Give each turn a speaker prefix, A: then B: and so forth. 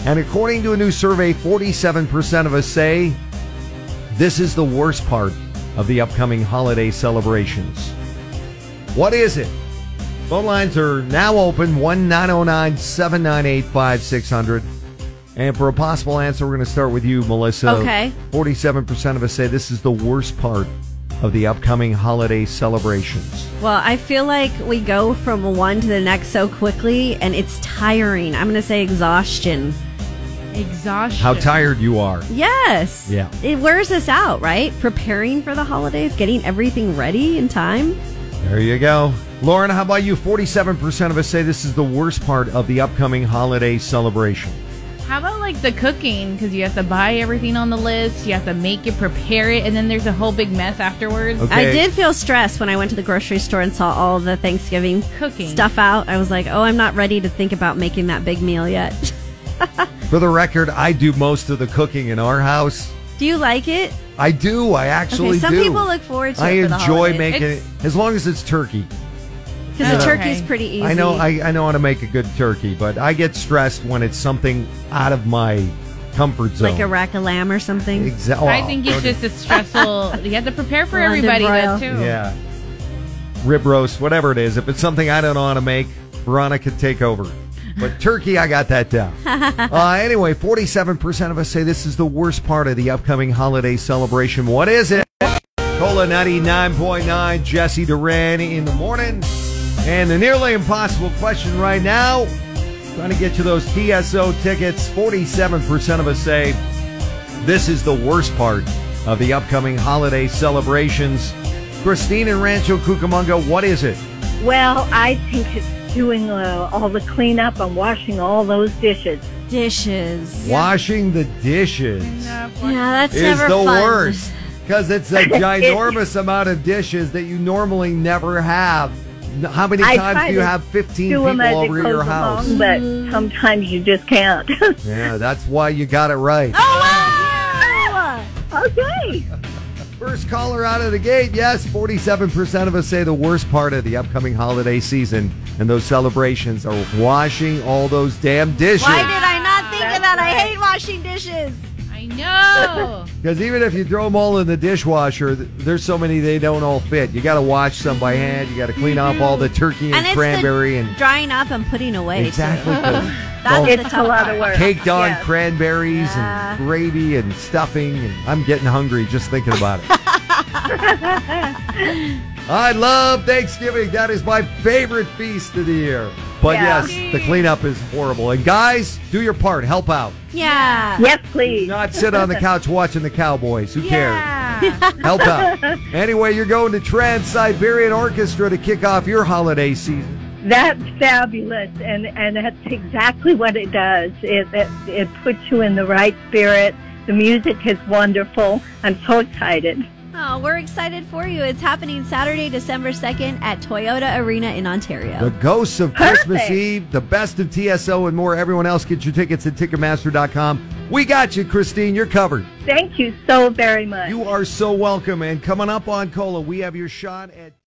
A: And according to a new survey, 47% of us say this is the worst part of the upcoming holiday celebrations. What is it? Phone lines are now open oh 1 909 798 5600. And for a possible answer, we're going to start with you, Melissa.
B: Okay.
A: 47% of us say this is the worst part of the upcoming holiday celebrations.
B: Well, I feel like we go from one to the next so quickly, and it's tiring. I'm going to say exhaustion.
C: Exhaustion.
A: How tired you are.
B: Yes.
A: Yeah.
B: It wears us out, right? Preparing for the holidays, getting everything ready in time.
A: There you go. Lauren, how about you? 47% of us say this is the worst part of the upcoming holiday celebration.
C: How about like the cooking? Because you have to buy everything on the list, you have to make it, prepare it, and then there's a whole big mess afterwards.
A: Okay.
B: I did feel stressed when I went to the grocery store and saw all the Thanksgiving
C: Cooking.
B: stuff out. I was like, oh, I'm not ready to think about making that big meal yet.
A: For the record, I do most of the cooking in our house.
B: Do you like it?
A: I do. I actually
B: Okay, some
A: do.
B: people look forward to
A: I
B: it for the
A: enjoy
B: holidays.
A: making
C: It's-
A: it as long as it's turkey.
B: Because the
C: Oh,
B: turkey's
C: okay.
B: pretty easy.
A: I know I, I know how to make a good turkey, but I get stressed when it's something out of my comfort zone.
B: like a rack of lamb or something.
A: Exa-
C: I
A: oh,
C: think it's
A: okay.
C: just a stressful. You have to prepare for
B: London
C: everybody
B: broil.
C: that too.
A: yeah. Rib roast, whatever it is. If it's something I don't know how to make, Veronica take over. But turkey, I got that down. uh, anyway, forty-seven percent of us say this is the worst part of the upcoming holiday celebration. What is it? Cola ninety-nine point nine. Jesse Duran in the morning, and the nearly impossible question right now. Trying to get you those TSO tickets. Forty-seven percent of us say this is the worst part of the upcoming holiday celebrations. Christine in Rancho Cucamonga, what is it?
D: Well, I think it's doing uh, all the cleanup and washing all those dishes.
B: Dishes.
A: Washing the dishes
B: Yeah, that's
A: is
B: never
A: the
B: fun.
A: worst because it's a ginormous amount of dishes that you normally never have. N- How many
D: I
A: times
D: try
A: do you
D: to
A: have 15
D: Do them
A: people
D: as it
A: over
D: goes
A: at your house?
D: along, but sometimes you just can't.
A: Yeah, that's why you got it right.
B: Oh,
D: okay.
A: First caller out of the gate. Yes, 47% of us say the worst part of the upcoming holiday season and those celebrations are washing all those damn dishes.
B: Why did I not think of that? I hate washing dishes.
C: I know.
A: Because even if you throw them all in the dishwasher, th- there's so many they don't all fit. You got to wash some by hand. You got to clean off all the turkey and,
B: And it's
A: cranberry
B: the
A: and
B: drying up and putting away.
A: exactly
B: Too.
A: the-
B: That's
A: all
B: the
D: It's a
B: tough
D: lot
B: part.
D: of work.
A: caked on
D: Yes.
A: cranberries
B: Yeah.
A: and gravy and stuffing. And I'm getting hungry just thinking about it. I love Thanksgiving. That is my favorite feast of the year. But
D: Yeah.
A: yes, the cleanup is horrible. And guys, do your part. Help out.
B: Yeah.
D: Yes,
A: Do
D: please.
A: not sit on the couch watching the Cowboys. Who cares?
C: Yeah.
A: Help out. anyway, you're going to Trans Siberian Orchestra to kick off your holiday season.
D: That's fabulous, and and that's exactly what it does. It, it it puts you in the right spirit. The music is wonderful. I'm so excited.
B: Oh, we're excited for you. It's happening Saturday, December 2nd at Toyota Arena in
A: The
B: Ontario.
A: Ghosts of
D: Perfect.
A: Christmas Eve, the best of TSO, and more. Everyone else, get your tickets at Ticketmaster.com. We got you, Christine. You're covered.
D: Thank you so very much.
A: You are so welcome. And coming up on Cola, we have your shot at.